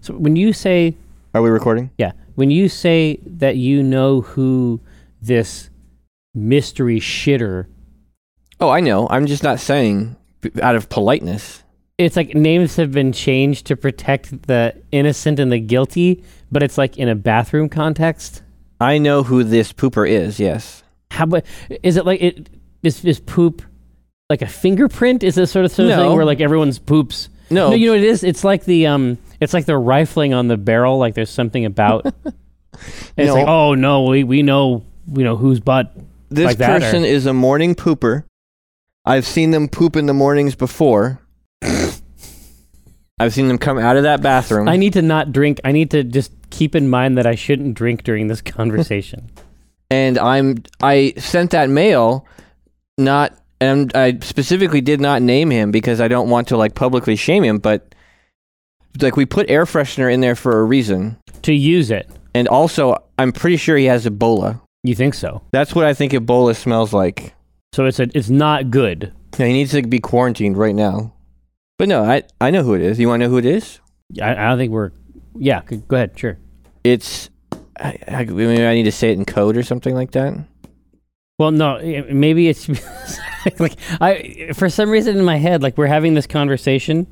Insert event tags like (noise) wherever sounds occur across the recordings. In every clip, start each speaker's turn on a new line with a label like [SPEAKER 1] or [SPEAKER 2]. [SPEAKER 1] So when you say
[SPEAKER 2] Are we recording?
[SPEAKER 1] yeah, when you say that you know who this mystery shitter,
[SPEAKER 2] Oh, I know. I'm just not saying b- out of politeness.
[SPEAKER 1] it's like names have been changed to protect the innocent and the guilty, but it's like in a bathroom context.
[SPEAKER 2] I know who this pooper is. Yes.
[SPEAKER 1] How but is it like it is is poop like a fingerprint? Is this sort of sort of
[SPEAKER 2] No.
[SPEAKER 1] thing where like everyone's poops?
[SPEAKER 2] No.
[SPEAKER 1] you know what it is. It's like the um, it's like the rifling on the barrel. Like there's something
[SPEAKER 2] (laughs)
[SPEAKER 1] about. and It's
[SPEAKER 2] No.
[SPEAKER 1] like oh no, we we know we know whose butt.
[SPEAKER 2] This
[SPEAKER 1] Like that, or-
[SPEAKER 2] person is a morning pooper. I've seen them poop in the mornings
[SPEAKER 1] (laughs)
[SPEAKER 2] before. I've seen them come out of that bathroom.
[SPEAKER 1] I need to not drink. I need to just keep in mind that I shouldn't drink during this (laughs) conversation.
[SPEAKER 2] and I'm I sent that mail not and I specifically did not name him because I don't want to like publicly shame him, but like we put air freshener in there for a reason.
[SPEAKER 1] to use it,
[SPEAKER 2] And also I'm pretty sure he has Ebola.
[SPEAKER 1] you think so?
[SPEAKER 2] That's what I think Ebola smells like.
[SPEAKER 1] So it's a, it's not good.
[SPEAKER 2] Now he needs to be quarantined right now. But no, I I know who it is. You want to know who it is?
[SPEAKER 1] I, I don't think we're. Yeah, g- go ahead. Sure.
[SPEAKER 2] It's I, I, maybe I need to say it in code or something like that.
[SPEAKER 1] Well, no, i- maybe it's (laughs) like I for some reason in my head like we're having this conversation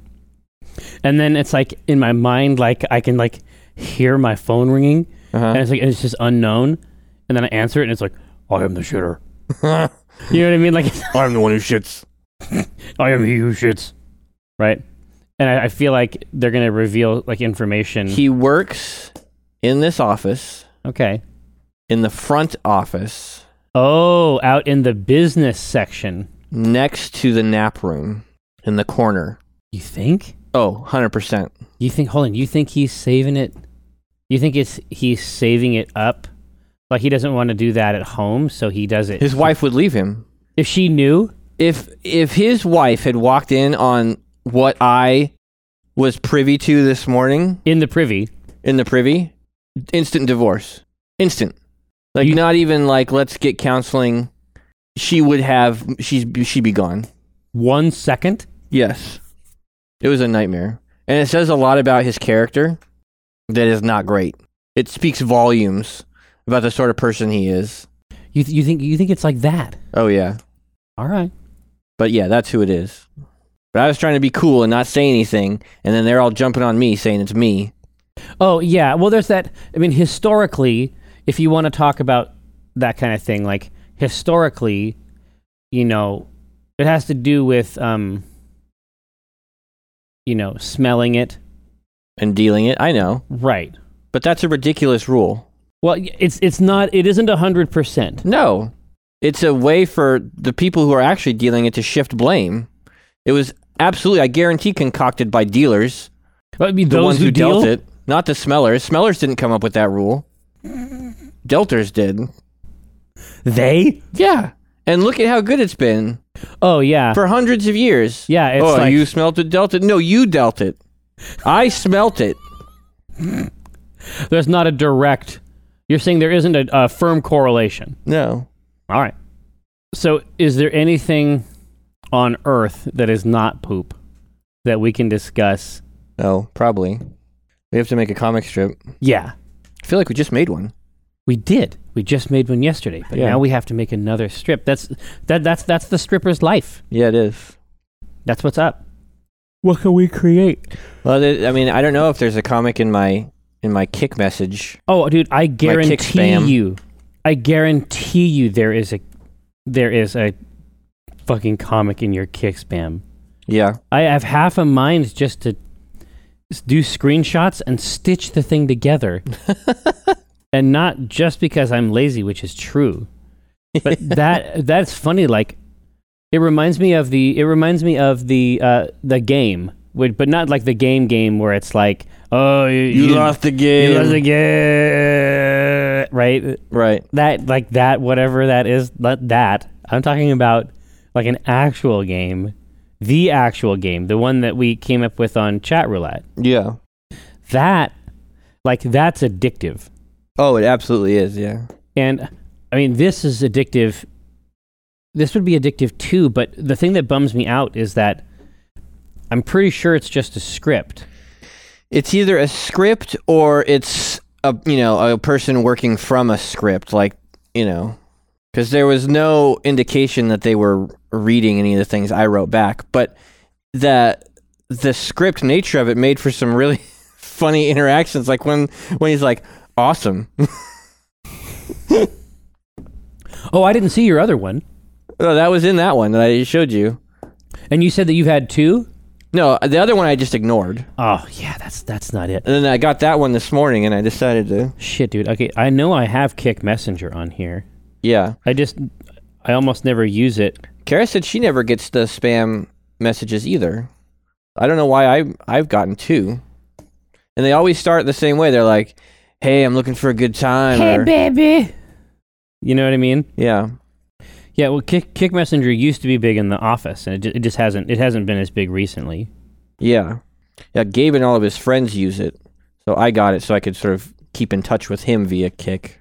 [SPEAKER 1] and then it's like in my mind like I can like hear my phone ringing and
[SPEAKER 2] Uh-huh.
[SPEAKER 1] it's like it's just unknown and then I answer it and it's like I am the shitter. You know what I mean? Like
[SPEAKER 2] I'm the one who shits.
[SPEAKER 1] I am Oh, he who shits. Right? And I, I feel like they're going to reveal like information.
[SPEAKER 2] He works in this office.
[SPEAKER 1] okay.
[SPEAKER 2] in the front office
[SPEAKER 1] Oh, out in the business section.
[SPEAKER 2] next to the nap room in the corner.
[SPEAKER 1] You think?
[SPEAKER 2] Oh, 100%.
[SPEAKER 1] You think? Hold on. You think he's saving it? You think it's he's saving it up? Like he doesn't want to do that at home, so he does it.
[SPEAKER 2] His wife would leave him.
[SPEAKER 1] if she knew,
[SPEAKER 2] If if his wife had walked in on what I was privy to this morning
[SPEAKER 1] in the privy,
[SPEAKER 2] in the privy, instant divorce. Instant. Like
[SPEAKER 1] You-
[SPEAKER 2] not even like let's get counseling. She would have she's she'd be gone.
[SPEAKER 1] one second.
[SPEAKER 2] Yes. It was a nightmare. And it says a lot about his character that is not great. It speaks volumes about the sort of person he is.
[SPEAKER 1] You th- you think you think it's like that?
[SPEAKER 2] Oh, yeah.
[SPEAKER 1] All right.
[SPEAKER 2] But yeah, that's who it is. But I was trying to be cool and not say anything. And then they're all jumping on me saying it's me.
[SPEAKER 1] Oh yeah. Well, there's that. I mean, historically, if you want to talk about that kind of thing, like historically, you know, it has to do with um, you know, smelling it,
[SPEAKER 2] And dealing it. I know.
[SPEAKER 1] right?
[SPEAKER 2] But that's a ridiculous rule.
[SPEAKER 1] Well, y- it's it's not. It isn't a hundred percent.
[SPEAKER 2] No. It's a way for the people who are actually dealing it to shift blame. It was absolutely, I guarantee, concocted by dealers.
[SPEAKER 1] I mean,
[SPEAKER 2] the
[SPEAKER 1] those
[SPEAKER 2] ones who, dealt
[SPEAKER 1] deal-
[SPEAKER 2] it, not the smellers. Smellers didn't come up with that rule. Delters did.
[SPEAKER 1] They?
[SPEAKER 2] Yeah. And look at how good it's been
[SPEAKER 1] Oh yeah,
[SPEAKER 2] for hundreds of years.
[SPEAKER 1] yeah. It's
[SPEAKER 2] oh,
[SPEAKER 1] like
[SPEAKER 2] you smelt it, dealt it. No, you dealt it. I smelt it.
[SPEAKER 1] there's not a direct. You're saying there isn't a, a firm correlation.
[SPEAKER 2] No.
[SPEAKER 1] All right. So, is there anything on Earth that is not poop that we can discuss?
[SPEAKER 2] No, probably. We have to make a comic strip.
[SPEAKER 1] Yeah,
[SPEAKER 2] I feel like we just made one.
[SPEAKER 1] we did. We just made one yesterday, but
[SPEAKER 2] Yeah.
[SPEAKER 1] now we have to make another strip. That's that. That's that's the stripper's life.
[SPEAKER 2] Yeah, it is.
[SPEAKER 1] That's what's up. What can we create?
[SPEAKER 2] Well, th- I mean, I don't know if there's a comic in my in my kick message.
[SPEAKER 1] Oh, dude, I guarantee
[SPEAKER 2] spam.
[SPEAKER 1] you. I guarantee you there is a there is a fucking comic in your kick spam.
[SPEAKER 2] Yeah.
[SPEAKER 1] I have half a mind just to s- do screenshots and stitch the thing together. and not just because I'm lazy, which is true. But that that's funny like it reminds me of the it reminds me of the uh the game, which, but not like the game game where it's like, oh, you, you-
[SPEAKER 2] the
[SPEAKER 1] it
[SPEAKER 2] game.
[SPEAKER 1] was a ga- right?
[SPEAKER 2] right.
[SPEAKER 1] That like that whatever that is, not that. I'm talking about like an actual game, the actual game, the one that we came up with on chat roulette.
[SPEAKER 2] Yeah.
[SPEAKER 1] That like that's addictive.
[SPEAKER 2] Oh, it absolutely is. Yeah.
[SPEAKER 1] And I mean, this is addictive. This would be addictive too, but the thing that bums me out is that I'm pretty sure it's just a script.
[SPEAKER 2] it's either a script or it's a you know a person working from a script, like you know, because there was no indication that they were reading any of the things I wrote back, but the the script nature of it made for some really (laughs) funny interactions, like when when he's like, "Awesome." (laughs)
[SPEAKER 1] Oh, I didn't see your other one.
[SPEAKER 2] No, that was in that one that I showed you.
[SPEAKER 1] And you said that you've had two?
[SPEAKER 2] No, the other one I just ignored.
[SPEAKER 1] Oh, yeah, that's that's not it.
[SPEAKER 2] And then I got that one this morning and I decided to.
[SPEAKER 1] Shit, dude. Okay, I know I have Kick Messenger on here.
[SPEAKER 2] Yeah.
[SPEAKER 1] I just I almost never use it.
[SPEAKER 2] Kara said she never gets the spam messages either. I don't know why I I've gotten two. And they always start the same way. They're like, "Hey, I'm looking for a good time." or-
[SPEAKER 1] baby. You know what I mean?
[SPEAKER 2] yeah.
[SPEAKER 1] Yeah, well Kick Kick Messenger used to be big in the office and it, ju- it just hasn't it hasn't been as big recently.
[SPEAKER 2] Yeah. Yeah, Gabe and all of his friends use it. So I got it so I could sort of keep in touch with him via Kick.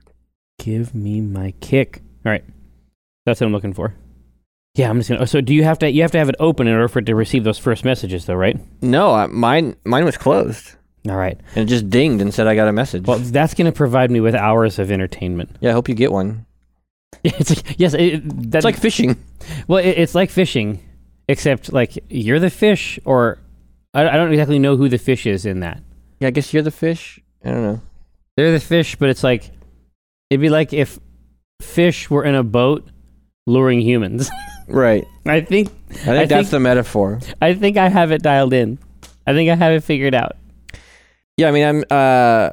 [SPEAKER 1] Give me my kick. All right. That's what I'm looking for. Yeah, I'm just going to So do you have to you have to have it open in order for it to receive those first messages though, right?
[SPEAKER 2] No, I, mine mine was closed.
[SPEAKER 1] All right.
[SPEAKER 2] And it just dinged and said I got a message.
[SPEAKER 1] Well, that's going to provide me with hours of entertainment. (laughs)
[SPEAKER 2] yeah, I hope you get one.
[SPEAKER 1] it's like, yes, it, it, that,
[SPEAKER 2] It's like fishing.
[SPEAKER 1] well, it, it's like fishing, except like you're the fish, or I, I don't exactly know who the fish is in that.
[SPEAKER 2] Yeah, I guess you're the fish. I don't know.
[SPEAKER 1] They're the fish, but it's like it'd be like if fish were in a boat luring humans. (laughs)
[SPEAKER 2] Right.
[SPEAKER 1] I think
[SPEAKER 2] I think
[SPEAKER 1] I
[SPEAKER 2] that's
[SPEAKER 1] think-
[SPEAKER 2] the metaphor.
[SPEAKER 1] I think I have it dialed in. I think I have it figured out.
[SPEAKER 2] Yeah, I mean, I'm. Uh,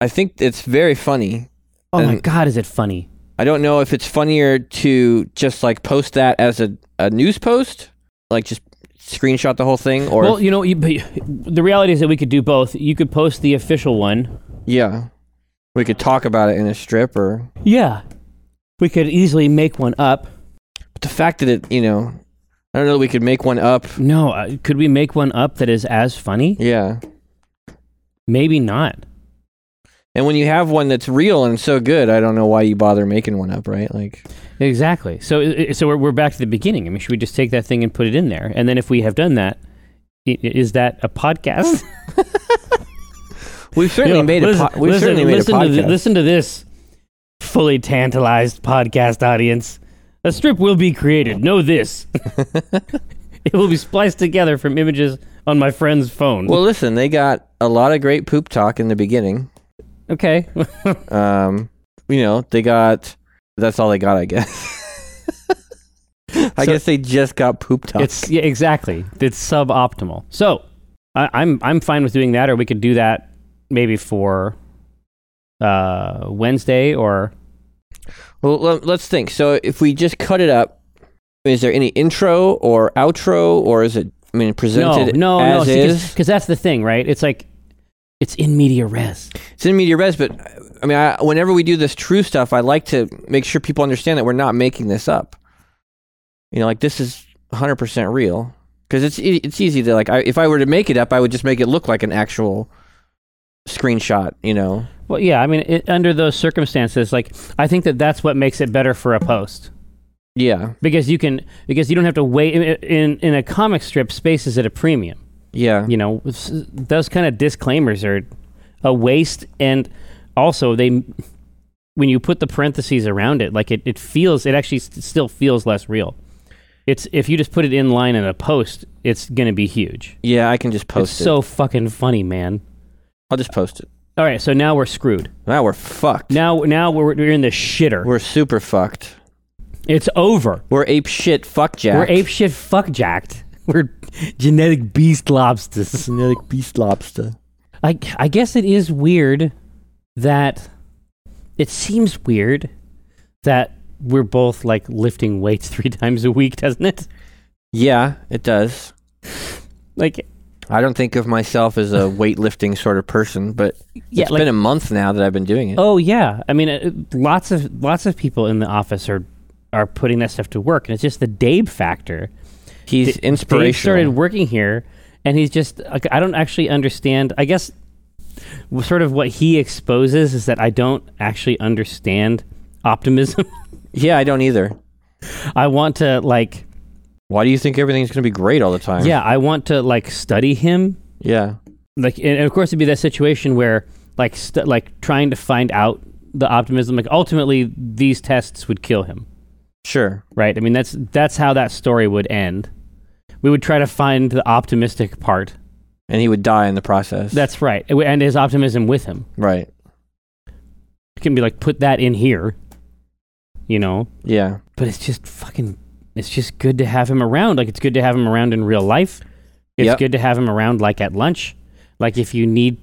[SPEAKER 2] I think it's very funny.
[SPEAKER 1] Oh my
[SPEAKER 2] And-
[SPEAKER 1] god, is it funny?
[SPEAKER 2] I don't know if it's funnier to just like post that as a, a news post, like just screenshot the whole thing, or
[SPEAKER 1] well, you know, you, but the reality is that we could do both. You could post the official one.
[SPEAKER 2] yeah, we could talk about it in a strip, or
[SPEAKER 1] Yeah, we could easily make one up.
[SPEAKER 2] but the fact that it, you know, I don't know, that we could make one up.
[SPEAKER 1] No, uh, could we make one up that is as funny?
[SPEAKER 2] Yeah,
[SPEAKER 1] Maybe not.
[SPEAKER 2] and when you have one that's real and so good, I don't know why you bother making one up, right? Like,
[SPEAKER 1] Exactly. So, i- i- so we're, we're back to the beginning. I mean, should we just take that thing and put it in there? And then if we have done that, i- i- is that a podcast? (laughs)
[SPEAKER 2] we've certainly
[SPEAKER 1] You know,
[SPEAKER 2] made
[SPEAKER 1] listen-
[SPEAKER 2] a po- we've
[SPEAKER 1] listen-
[SPEAKER 2] certainly made
[SPEAKER 1] listen
[SPEAKER 2] a
[SPEAKER 1] To
[SPEAKER 2] podcast.
[SPEAKER 1] th- listen to this fully tantalized podcast audience. A strip will be created. Know
[SPEAKER 2] (laughs)
[SPEAKER 1] this. it will be spliced together from images on my friend's phone.
[SPEAKER 2] Well, listen, they got a lot of great poop talk in the beginning.
[SPEAKER 1] okay.
[SPEAKER 2] Um, you know, they got that's all they got, I guess. (laughs) I
[SPEAKER 1] So-
[SPEAKER 2] guess they just got poop
[SPEAKER 1] (laughs)
[SPEAKER 2] talk.
[SPEAKER 1] It's yeah, exactly. It's suboptimal. So I, I'm I'm fine with doing that, or we could do that maybe for uh, Wednesday or
[SPEAKER 2] well, le- let's think. So if we just cut it up, is there any intro or outro, or is it? I mean, presented
[SPEAKER 1] no, no,
[SPEAKER 2] as
[SPEAKER 1] no,
[SPEAKER 2] is.
[SPEAKER 1] because that's the thing, right? It's like it's in media res.
[SPEAKER 2] It's in media res, but I mean, I, whenever we do this true stuff, I like to make sure people understand that we're not making this up. You know, like this is 100 percent real because it's e- it's easy to like. I, if I were to make it up, I would just make it look like an actual screenshot. You know,
[SPEAKER 1] Well, yeah, I mean, it, under those circumstances, like I think that that's what makes it better for a post
[SPEAKER 2] yeah,
[SPEAKER 1] because you can because you don't have to wait in in, in a comic strip. Space is at a premium.
[SPEAKER 2] yeah,
[SPEAKER 1] you know s- those kind of disclaimers are a waste and also they when you put the parentheses around it like it, it feels it actually st- still feels less real it's if you just put it in line in a post it's gonna be huge
[SPEAKER 2] yeah. I can just post
[SPEAKER 1] it's
[SPEAKER 2] it.
[SPEAKER 1] so fucking funny man
[SPEAKER 2] I'll just post it.
[SPEAKER 1] all right so now we're screwed
[SPEAKER 2] Now we're fucked.
[SPEAKER 1] now now we're, we're in the shitter
[SPEAKER 2] We're super fucked.
[SPEAKER 1] it's over
[SPEAKER 2] We're ape shit fuck jack.
[SPEAKER 1] we're ape shit fuck jacked (laughs) we're genetic beast lobsters
[SPEAKER 2] genetic beast lobster.
[SPEAKER 1] I, I guess it is weird that it seems weird that we're both like lifting weights (laughs) three times a week, doesn't it?
[SPEAKER 2] Yeah, it does.
[SPEAKER 1] Like,
[SPEAKER 2] I don't think of myself as a weightlifting sort of person, but
[SPEAKER 1] yeah,
[SPEAKER 2] it's
[SPEAKER 1] like,
[SPEAKER 2] been a month now that I've been doing it.
[SPEAKER 1] oh yeah. I mean, uh, lots of lots of people in the office are are putting that stuff to work, and it's just the Dave factor.
[SPEAKER 2] He's
[SPEAKER 1] Dave started
[SPEAKER 2] inspirational.
[SPEAKER 1] working here, and he's just like, I don't actually understand. I guess w- sort of what he exposes is that I don't actually understand optimism. (laughs)
[SPEAKER 2] Yeah, I don't either.
[SPEAKER 1] I want to like.
[SPEAKER 2] Why do you think everything's going to be great all the time?
[SPEAKER 1] Yeah, I want to like study him
[SPEAKER 2] Yeah.
[SPEAKER 1] like and of course it'd be that situation where like st- like trying to find out the optimism like ultimately these tests would kill him
[SPEAKER 2] Sure.
[SPEAKER 1] right i mean that's that's how that story would end we would try to find the optimistic part
[SPEAKER 2] And he would die in the process.
[SPEAKER 1] that's right and we- and his optimism with him
[SPEAKER 2] right.
[SPEAKER 1] it can be like put that in here you know
[SPEAKER 2] Yeah.
[SPEAKER 1] but it's just fucking it's just good to have him around like it's good to have him around in real life it's
[SPEAKER 2] Yep.
[SPEAKER 1] good to have him around like at lunch like if you need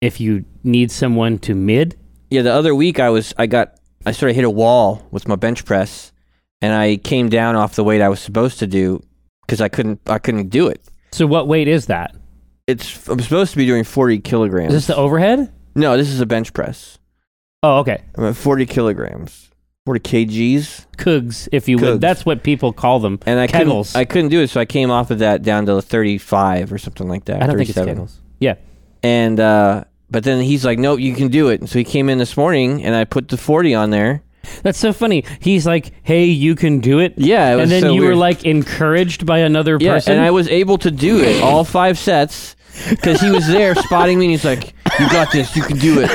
[SPEAKER 1] if you need someone to mid
[SPEAKER 2] Yeah, the other week I was I got I sort of hit a wall with my bench press and I came down off the weight I was supposed to do cuz I couldn't I couldn't do it.
[SPEAKER 1] so what weight is that
[SPEAKER 2] It's I'm supposed to be doing 40 kilograms.
[SPEAKER 1] is this the overhead
[SPEAKER 2] no, this is a bench press.
[SPEAKER 1] oh okay
[SPEAKER 2] I'm at 40 kilograms. 40 kgs.
[SPEAKER 1] kugs if you
[SPEAKER 2] Kugs.
[SPEAKER 1] would that's what people call them
[SPEAKER 2] And I
[SPEAKER 1] Kegels.
[SPEAKER 2] couldn't I couldn't do it so I came off of that down to 35 or something like that.
[SPEAKER 1] i don't think it's
[SPEAKER 2] 37.
[SPEAKER 1] kegels yeah
[SPEAKER 2] And uh but then he's like, "Nope, you can do it." And so he came in this morning and I put the 40 on there.
[SPEAKER 1] that's so funny he's like hey you can do it
[SPEAKER 2] Yeah, it was
[SPEAKER 1] and then
[SPEAKER 2] so
[SPEAKER 1] you were
[SPEAKER 2] weird.
[SPEAKER 1] like encouraged by another
[SPEAKER 2] Yeah,
[SPEAKER 1] person
[SPEAKER 2] and I was able to do it all five sets because he was
[SPEAKER 1] (laughs)
[SPEAKER 2] there spotting me, and he's like, "You got this. You can do it."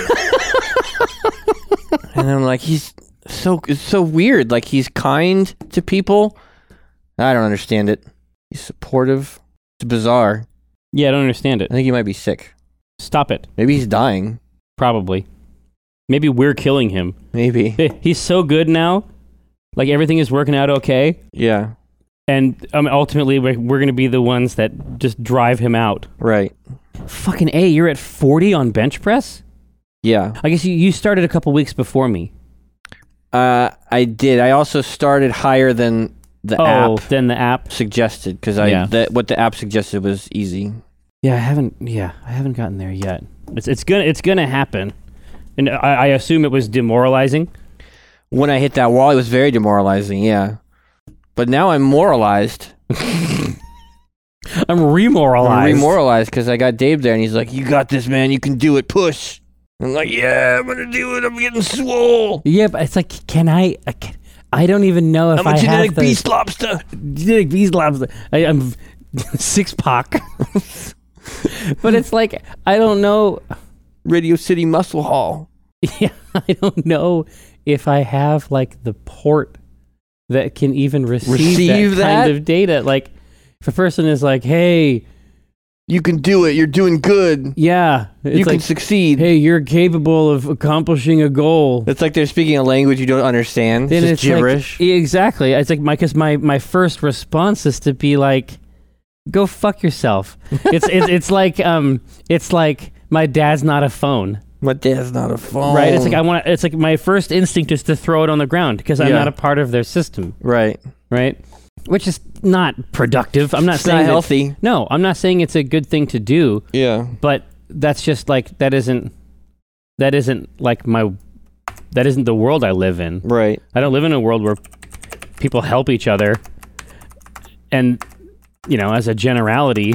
[SPEAKER 2] and I'm like, he's so it's so weird. Like he's kind to people. I don't understand it. He's supportive. It's bizarre.
[SPEAKER 1] yeah i don't understand
[SPEAKER 2] I
[SPEAKER 1] it
[SPEAKER 2] think he might be sick.
[SPEAKER 1] stop it
[SPEAKER 2] Maybe he's dying.
[SPEAKER 1] probably maybe we're killing him
[SPEAKER 2] Maybe.
[SPEAKER 1] Hey, he's so good now. Like everything is working out okay,
[SPEAKER 2] Yeah.
[SPEAKER 1] and um, ultimately we're, we're going to be the ones that just drive him out.
[SPEAKER 2] Right.
[SPEAKER 1] Fucking a, you're at forty on bench press.
[SPEAKER 2] Yeah.
[SPEAKER 1] I guess you, you started a couple weeks before me.
[SPEAKER 2] Uh, I did. I also started higher than the
[SPEAKER 1] Oh,
[SPEAKER 2] app
[SPEAKER 1] then the app.
[SPEAKER 2] suggested because I
[SPEAKER 1] Yeah.
[SPEAKER 2] that what the app suggested was easy.
[SPEAKER 1] Yeah, I haven't. Yeah, I haven't gotten there yet. It's it's gonna it's gonna happen, and I, I assume it was demoralizing.
[SPEAKER 2] when I hit that wall, it was very demoralizing. Yeah, but now I'm moralized.
[SPEAKER 1] I'm remoralized.
[SPEAKER 2] I'm remoralized because I got Dave there, and he's like, "You got this, man. You can do it. Push." I'm like, "Yeah, I'm gonna do it. I'm getting swole.
[SPEAKER 1] yeah, but it's like, can I? I, can, I don't even know if
[SPEAKER 2] I'm
[SPEAKER 1] I
[SPEAKER 2] a genetic
[SPEAKER 1] have the-
[SPEAKER 2] beast lobster."
[SPEAKER 1] Dick, these labs. I, I'm (laughs) six pack. but it's like I don't know. (laughs)
[SPEAKER 2] Radio City Muscle Hall.
[SPEAKER 1] Yeah, I don't know if I have like the port that can even receive,
[SPEAKER 2] Receive that?
[SPEAKER 1] kind of data. Like, if a person is like, "Hey,
[SPEAKER 2] You can do it. You're doing good.
[SPEAKER 1] yeah," it's
[SPEAKER 2] you
[SPEAKER 1] like,
[SPEAKER 2] can succeed.
[SPEAKER 1] "Hey, you're capable of accomplishing a goal."
[SPEAKER 2] It's like they're speaking a language you don't understand.
[SPEAKER 1] Then
[SPEAKER 2] it's,
[SPEAKER 1] it's
[SPEAKER 2] just gibberish.
[SPEAKER 1] Like, Yeah, exactly. It's like my because my my first response is to be like, "Go fuck
[SPEAKER 2] (laughs)
[SPEAKER 1] yourself." It's it's it's like um it's like my dad's not a phone,
[SPEAKER 2] My dad's not a phone.
[SPEAKER 1] right? It's like I want. to It's like my first instinct is to throw it on the ground because I'm
[SPEAKER 2] Oh. Yeah.
[SPEAKER 1] not a part of their system,
[SPEAKER 2] right.
[SPEAKER 1] right? Which is not productive. I'm not
[SPEAKER 2] It's
[SPEAKER 1] saying
[SPEAKER 2] not
[SPEAKER 1] that-
[SPEAKER 2] healthy.
[SPEAKER 1] no, I'm not saying it's a good thing to do,
[SPEAKER 2] Yeah.
[SPEAKER 1] but that's just like that isn't that isn't like my that isn't the world I live in.
[SPEAKER 2] Right.
[SPEAKER 1] I don't live in a world where people help each other. And you know, as a generality,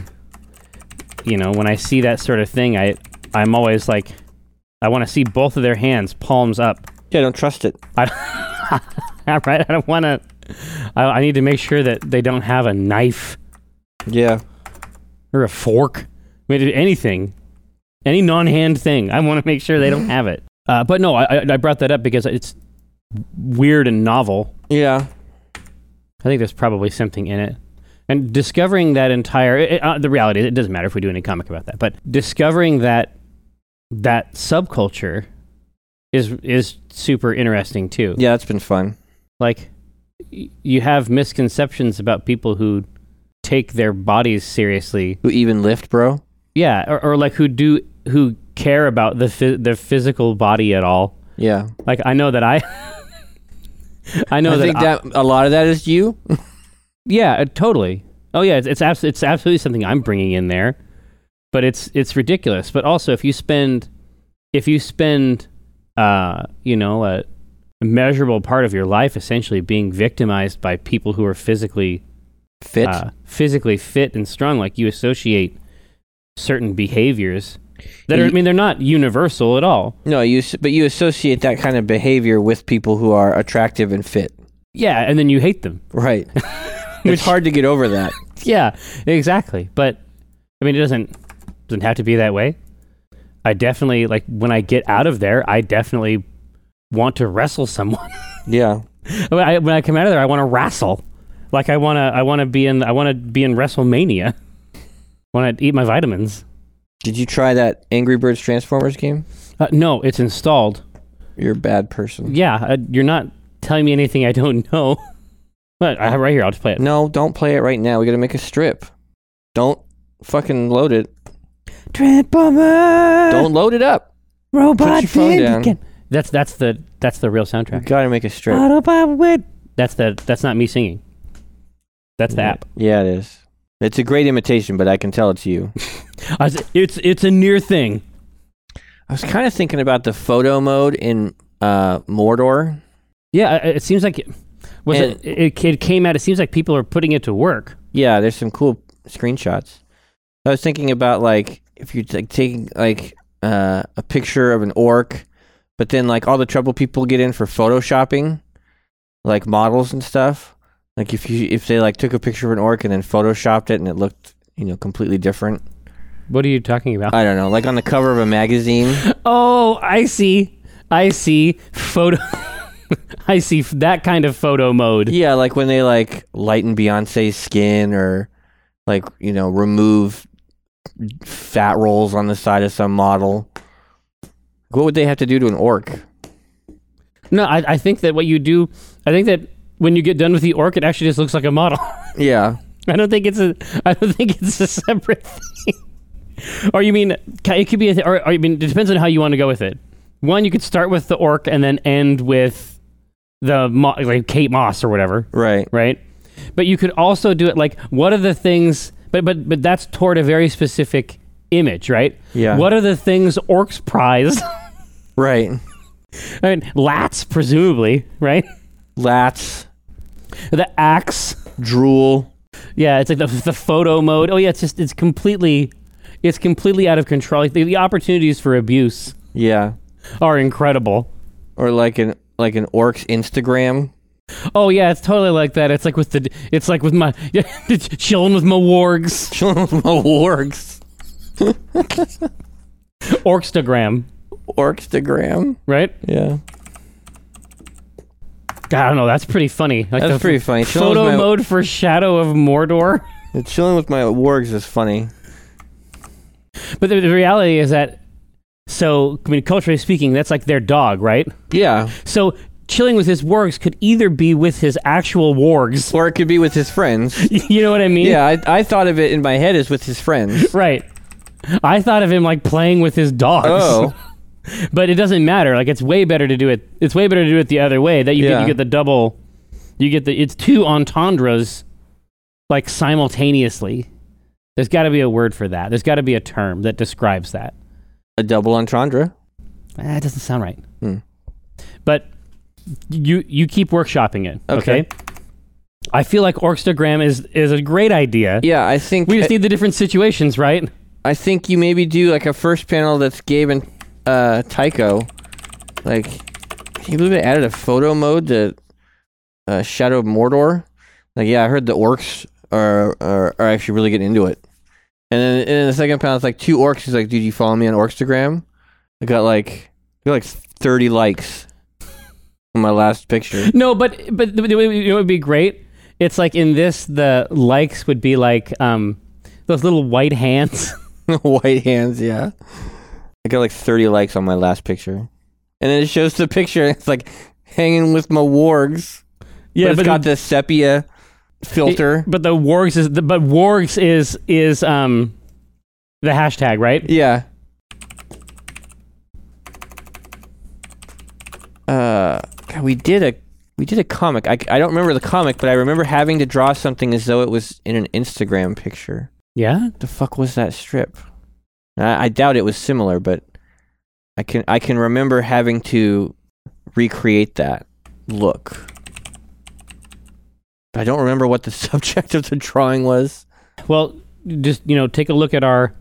[SPEAKER 1] you know, when I see that sort of thing, I I'm always like I want to see both of their hands palms up. (laughs)
[SPEAKER 2] Yeah. I don't trust it.
[SPEAKER 1] right? I don't want to I, I need to make sure that they don't have a knife
[SPEAKER 2] Yeah.
[SPEAKER 1] or a fork. I mean, anything, any non-hand thing. I want to make sure they don't have it. Uh, but no, I, I- I brought that up because it's weird and novel.
[SPEAKER 2] Yeah.
[SPEAKER 1] I think there's probably something in it. And discovering that entire it- it- uh, the reality is it doesn't matter if we do any comic about that, but discovering that that subculture is is super interesting too.
[SPEAKER 2] Yeah. It's been fun.
[SPEAKER 1] Like y- you have misconceptions about people who take their bodies seriously.
[SPEAKER 2] Who even lift, bro?
[SPEAKER 1] Yeah, or, or like who do who care about the phys- their physical body at all.
[SPEAKER 2] Yeah.
[SPEAKER 1] Like I know that I (laughs) I know
[SPEAKER 2] I
[SPEAKER 1] that
[SPEAKER 2] think
[SPEAKER 1] I-
[SPEAKER 2] that a lot of that is you.
[SPEAKER 1] Yeah, uh, totally. Oh yeah, it's it's, abs- it's absolutely something I'm bringing in there, but it's it's ridiculous. But also, if you spend if you spend uh, you know a, a measurable part of your life essentially being victimized by people who are physically
[SPEAKER 2] Fit.
[SPEAKER 1] uh, physically fit and strong, like you associate certain behaviors that are, I
[SPEAKER 2] You-
[SPEAKER 1] mean they're not universal at all.
[SPEAKER 2] no, you. s- But you associate that kind of behavior with people who are attractive and fit.
[SPEAKER 1] Yeah, and then you hate them. (laughs)
[SPEAKER 2] Right.
[SPEAKER 1] Which- (laughs)
[SPEAKER 2] it's hard to get over that.
[SPEAKER 1] Yeah, exactly. But I mean, it doesn't doesn't have to be that way. I definitely like when I get out of there, I definitely want to wrestle someone. (laughs)
[SPEAKER 2] Yeah.
[SPEAKER 1] when, I, when I come out of there, I want to wrestle. Like I want to I want to be in I want to be in WrestleMania. (laughs) Want to eat my vitamins?
[SPEAKER 2] Did you try that Angry Birds Transformers game?
[SPEAKER 1] Uh, no, it's installed.
[SPEAKER 2] You're a bad person.
[SPEAKER 1] Yeah, uh, you're not telling me anything I don't know. (laughs) But I have it right here. I'll just play it.
[SPEAKER 2] No, don't play it right now. We gotta make a strip. Don't fucking load it.
[SPEAKER 1] Transformer.
[SPEAKER 2] Don't load it up.
[SPEAKER 1] robot
[SPEAKER 2] your phone did down. again.
[SPEAKER 1] That's that's the that's the real
[SPEAKER 2] We
[SPEAKER 1] soundtrack.
[SPEAKER 2] gotta make a
[SPEAKER 1] Uh,
[SPEAKER 2] strip.
[SPEAKER 1] Autobot with. That's the that's not me singing. That's the app.
[SPEAKER 2] Yeah, it is. It's a great imitation, but I can tell
[SPEAKER 1] (laughs)
[SPEAKER 2] it's you.
[SPEAKER 1] I was- it's it's a near thing.
[SPEAKER 2] I was kind of thinking about the photo mode in uh, Mordor.
[SPEAKER 1] Yeah, I- I- it seems like it, was it, it it came out. It seems like people are putting it to work.
[SPEAKER 2] Yeah, there's some cool screenshots. I was thinking about like if you're like taking like uh, a picture of an orc, but then like all the trouble people get in for photoshopping, like models and stuff. Like if you if they like took a picture of an orc and then photoshopped it and it looked you know completely different.
[SPEAKER 1] What are you talking about?
[SPEAKER 2] I don't know, like on the cover of a magazine.
[SPEAKER 1] (laughs) oh, I see. I see photo. (laughs) I see f- that kind of photo mode.
[SPEAKER 2] Yeah, like when they like lighten Beyonce's skin or like, you know, remove fat rolls on the side of some model. What would they have to do to an orc?
[SPEAKER 1] No, I, I think that what you do. I think that when you get done with the orc, it actually just looks like a model.
[SPEAKER 2] Yeah.
[SPEAKER 1] (laughs) I don't think it's a. I don't think it's a separate thing. or you mean ca- it could be? A th- or, or you mean it depends on how you want to go with it. One, you could start with the orc and then end with the mo- like Kate Moss or whatever,
[SPEAKER 2] Right.
[SPEAKER 1] right? But you could also do it like what are the things? But but but that's toward a very specific image, right?
[SPEAKER 2] Yeah.
[SPEAKER 1] What are the things orcs prize? (laughs)
[SPEAKER 2] Right.
[SPEAKER 1] I mean, lats presumably, right?
[SPEAKER 2] Lats,
[SPEAKER 1] The axe.
[SPEAKER 2] drool.
[SPEAKER 1] Yeah, it's like the, the photo mode. Oh yeah, it's just it's completely it's completely out of control. Like the, the opportunities for abuse
[SPEAKER 2] Yeah.
[SPEAKER 1] are incredible.
[SPEAKER 2] Or like an like an orc's Instagram. (laughs)
[SPEAKER 1] Oh yeah, it's totally like that. It's like with the it's like with my (laughs) yeah, it's chilling with my wargs
[SPEAKER 2] Chilling with my orcs.
[SPEAKER 1] orkstagram,
[SPEAKER 2] Orcstagram.
[SPEAKER 1] right?
[SPEAKER 2] Yeah.
[SPEAKER 1] God, I don't know. That's pretty funny. Like
[SPEAKER 2] That's
[SPEAKER 1] the
[SPEAKER 2] pretty funny. Chilling with
[SPEAKER 1] Photo
[SPEAKER 2] my-
[SPEAKER 1] mode for Shadow of Mordor. (laughs)
[SPEAKER 2] Chilling with my orgs is funny.
[SPEAKER 1] But the, the reality is that so I mean, culturally speaking, that's like their dog, right?
[SPEAKER 2] Yeah.
[SPEAKER 1] So chilling with his wargs could either be with his actual wargs.
[SPEAKER 2] Or it could be with his friends.
[SPEAKER 1] (laughs) you know what I mean?
[SPEAKER 2] (laughs) Yeah, I, I thought of it in my head as with his friends.
[SPEAKER 1] Right. I thought of him like playing with his dogs.
[SPEAKER 2] Oh,
[SPEAKER 1] (laughs) but it doesn't matter. Like it's way better to do it. It's way better to do it the other way. That you get
[SPEAKER 2] Yeah.
[SPEAKER 1] you get the double. You get the it's two entendres, like simultaneously. There's got to be a word for that. There's got to be a term that describes that.
[SPEAKER 2] a double entendre.
[SPEAKER 1] Eh, it doesn't sound right.
[SPEAKER 2] Hmm.
[SPEAKER 1] But you you keep workshopping it. Okay.
[SPEAKER 2] Okay.
[SPEAKER 1] I feel like Orkstagram is is a great idea.
[SPEAKER 2] Yeah, Eh. I think
[SPEAKER 1] We just
[SPEAKER 2] I,
[SPEAKER 1] need the different situations, right?
[SPEAKER 2] I think you maybe do like a first panel that's Gabe and uh, Tycho. Like, can you believe they added a photo mode to uh, Shadow of Mordor? Like, yeah, I heard the orcs are are, are actually really getting into it. And then and in the second panel, it's like two orcs. He's like, dude, you follow me on Orcstagram? I got like, I got like thirty likes on my last picture.
[SPEAKER 1] No, but but the- the way- you know what would be great? It's like in this the likes would be like um those little white hands. (laughs)
[SPEAKER 2] (laughs) White hands, yeah. I got like 30 likes on my last picture. And then it shows the picture, and it's like hanging with my wargs. Yeah, but it's got
[SPEAKER 1] the,
[SPEAKER 2] the sepia filter.
[SPEAKER 1] but the wargs is the, but wargs is is um the hashtag, right?
[SPEAKER 2] yeah. Uh, God, we did a we did a comic. I, I don't remember the comic, but I remember having to draw something as though it was in an Instagram picture.
[SPEAKER 1] Yeah.
[SPEAKER 2] the fuck was that strip? I, I doubt it was similar, but I can I can remember having to recreate that look. But I don't remember what the (laughs) subject of the drawing was.
[SPEAKER 1] Well, just you know, take a look at our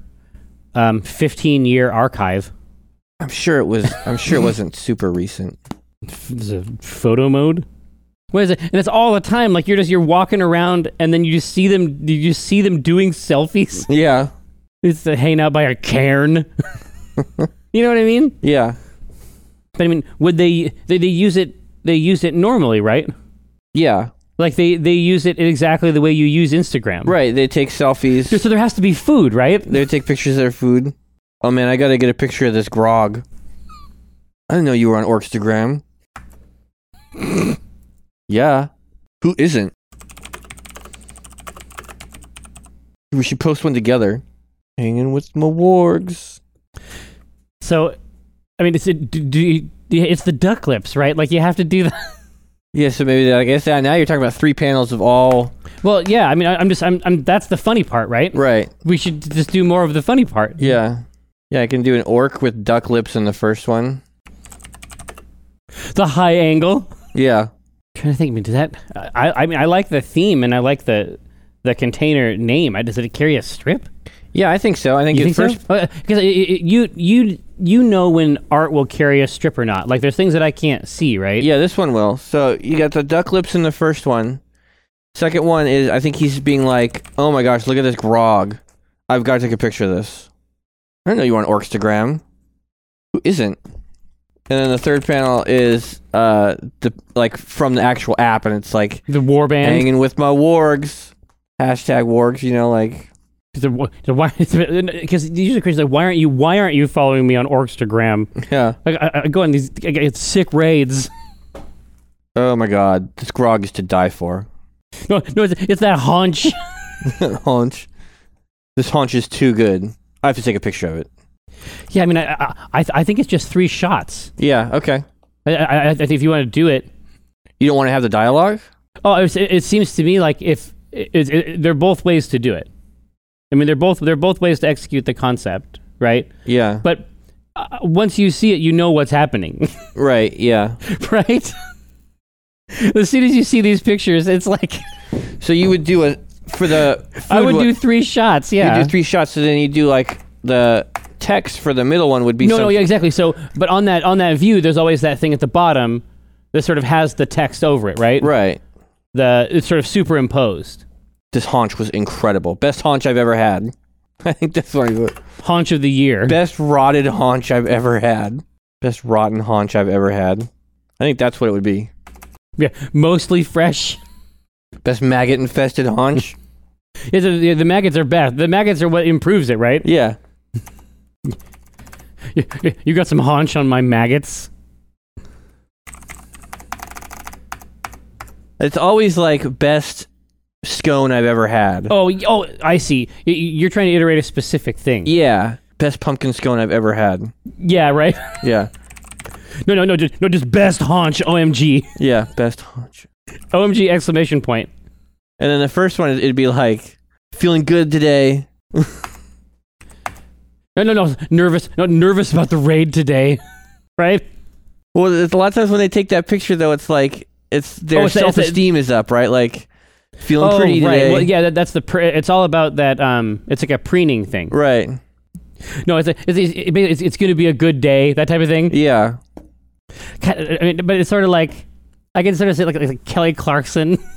[SPEAKER 1] um 15 year archive.
[SPEAKER 2] I'm sure it was. I'm sure it wasn't super recent.
[SPEAKER 1] F- There's a photo mode. What is it? And it's all the time. Like you're just you're walking around, and then you just see them. You just see them doing selfies.
[SPEAKER 2] (laughs) Yeah,
[SPEAKER 1] It's to hang out by a cairn. (laughs) you know what I mean?
[SPEAKER 2] Yeah.
[SPEAKER 1] But I mean, would they, they they use it? They use it normally, right?
[SPEAKER 2] Yeah.
[SPEAKER 1] Like they they use it exactly the way you use Instagram.
[SPEAKER 2] Right. They take (laughs) selfies.
[SPEAKER 1] So there has to be food, right?
[SPEAKER 2] They would take pictures of their food. Oh man, I gotta get a picture of this grog. I didn't know you were on Orkstagram. yeah. Who isn't? We should post one together. Hanging with my wargs.
[SPEAKER 1] So, I mean, it's a, do, do you, yeah, it's the duck lips, right? Like you have to do (laughs) that.
[SPEAKER 2] Yeah, so maybe that- I guess that now you're talking about three panels of all
[SPEAKER 1] Well, yeah. I mean, I, I'm just I'm, I'm that's the funny part, right?
[SPEAKER 2] right.
[SPEAKER 1] We should just do more of the funny part.
[SPEAKER 2] Yeah. Yeah, I can do an orc with duck lips in the first one.
[SPEAKER 1] The high angle.
[SPEAKER 2] Yeah.
[SPEAKER 1] trying to think. I mean, does that? I I mean, I like the theme and I like the the container name. I does it carry a strip?
[SPEAKER 2] Yeah, I think so. I think,
[SPEAKER 1] You
[SPEAKER 2] at
[SPEAKER 1] think
[SPEAKER 2] first
[SPEAKER 1] so? Because you you you know when art will carry a strip or not. Like there's things that I can't see, right?
[SPEAKER 2] Yeah, this one will. So you got the duck lips in the first one. Second one is I think he's being like, "Oh my gosh, look at this grog! I've got to take a picture of this." I don't know you on Orkstagram. Who isn't? And then the third panel is uh the like from the actual app, and it's like
[SPEAKER 1] The warband.
[SPEAKER 2] hanging with my wargs. Hashtag wargs, you know, like (laughs)
[SPEAKER 1] The, wa- the why? (laughs) Because usually Chris, like, why aren't you? Why aren't you following me on Orkstagram?
[SPEAKER 2] yeah.
[SPEAKER 1] Like, I, I go on these I get sick raids. (laughs)
[SPEAKER 2] Oh my god, this grog is to die for. (laughs)
[SPEAKER 1] No, no, it's, it's that haunch.
[SPEAKER 2] haunch. This haunch is too good. I have to take a picture of it.
[SPEAKER 1] (laughs) yeah, I mean, I, I, I, I think it's just three shots.
[SPEAKER 2] Yeah. Okay.
[SPEAKER 1] I, I, I I think if you want to do it,
[SPEAKER 2] You don't want to have the dialogue?
[SPEAKER 1] Oh, it, it seems to me like if it, it, it, they're both ways to do it. I mean, they're both they're both ways to execute the concept, right?
[SPEAKER 2] Yeah.
[SPEAKER 1] But uh, once you see it, you know what's happening, (laughs)
[SPEAKER 2] Right, yeah.
[SPEAKER 1] right? as soon as you see these pictures, it's
[SPEAKER 2] (laughs)
[SPEAKER 1] like
[SPEAKER 2] So you would do a for the food
[SPEAKER 1] I would
[SPEAKER 2] one-
[SPEAKER 1] do three shots. Yeah.
[SPEAKER 2] you do three shots, so then you do like the text for the middle one would be
[SPEAKER 1] no,
[SPEAKER 2] some-
[SPEAKER 1] no, yeah, exactly. So, but on that on that view, there's always that thing at the bottom that sort of has the text over it, right?
[SPEAKER 2] Right.
[SPEAKER 1] The it's sort of superimposed
[SPEAKER 2] This haunch was incredible. Best haunch I've ever had. (laughs) I think that's what I would.
[SPEAKER 1] haunch of the year.
[SPEAKER 2] Best rotted haunch I've ever had. Best rotten haunch I've ever had. I think that's what it would be.
[SPEAKER 1] (laughs) yeah, mostly fresh. (laughs)
[SPEAKER 2] Best maggot infested haunch.
[SPEAKER 1] Yeah, the, the, the maggots are best. The maggots are what improves it, right? (laughs)
[SPEAKER 2] yeah.
[SPEAKER 1] You, you got some haunch on my maggots.
[SPEAKER 2] It's always like best scone I've ever had.
[SPEAKER 1] Oh, y- oh, I see. Y- y- You're trying to iterate a specific thing.
[SPEAKER 2] Yeah. Best pumpkin scone I've ever had.
[SPEAKER 1] yeah, right. (laughs)
[SPEAKER 2] Yeah.
[SPEAKER 1] No, no, no, just, no, just best haunch. (laughs) OMG,
[SPEAKER 2] Yeah. Best haunch.
[SPEAKER 1] OMG! Exclamation point.
[SPEAKER 2] And then the first one, it'd be like, feeling good today.
[SPEAKER 1] No, no, no, nervous, no, nervous about the raid today, (laughs) right?
[SPEAKER 2] Well, it's a lot of times when they take that picture, though, it's like, it's their
[SPEAKER 1] Oh, it's a- it's a-
[SPEAKER 2] self esteem is up, right? Like, feeling
[SPEAKER 1] oh,
[SPEAKER 2] pretty
[SPEAKER 1] right.
[SPEAKER 2] today.
[SPEAKER 1] Well, yeah, that, that's the. Pre- it's all about that. Um, it's like a preening thing.
[SPEAKER 2] Right.
[SPEAKER 1] No, it's a, it's it's, it's, it's going to be a good day. That type of thing.
[SPEAKER 2] Yeah.
[SPEAKER 1] Kind- I mean, but it's sort of like I can sort of say like, like Kelly Clarkson. (laughs)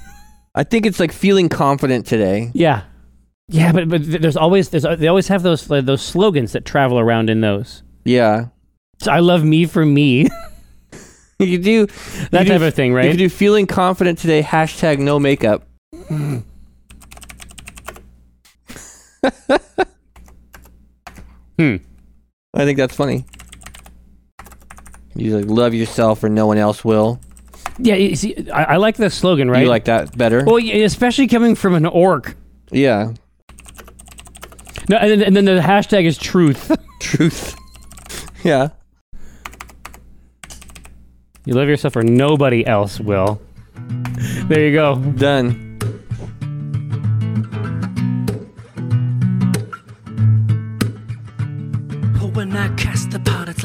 [SPEAKER 2] I think it's like feeling confident today.
[SPEAKER 1] Yeah, yeah, but but th- there's always there's they always have those like, those slogans that travel around in those.
[SPEAKER 2] Yeah. (laughs)
[SPEAKER 1] So I love me for me, (laughs)
[SPEAKER 2] You do
[SPEAKER 1] that type
[SPEAKER 2] you do,
[SPEAKER 1] of thing,
[SPEAKER 2] You
[SPEAKER 1] right?
[SPEAKER 2] could do feeling confident today, hashtag no makeup.
[SPEAKER 1] Hmm.
[SPEAKER 2] I think that's funny. You like love yourself or no one else will.
[SPEAKER 1] Yeah, you see, I, I like the slogan, right?
[SPEAKER 2] You like that better?
[SPEAKER 1] well, yeah, especially coming from an orc.
[SPEAKER 2] yeah. (laughs)
[SPEAKER 1] No, and, then- and then the hashtag is truth. (laughs)
[SPEAKER 2] Truth. yeah.
[SPEAKER 1] you love yourself or nobody else will. There you go.
[SPEAKER 2] Done.
[SPEAKER 3] But when When I cast the pot, it's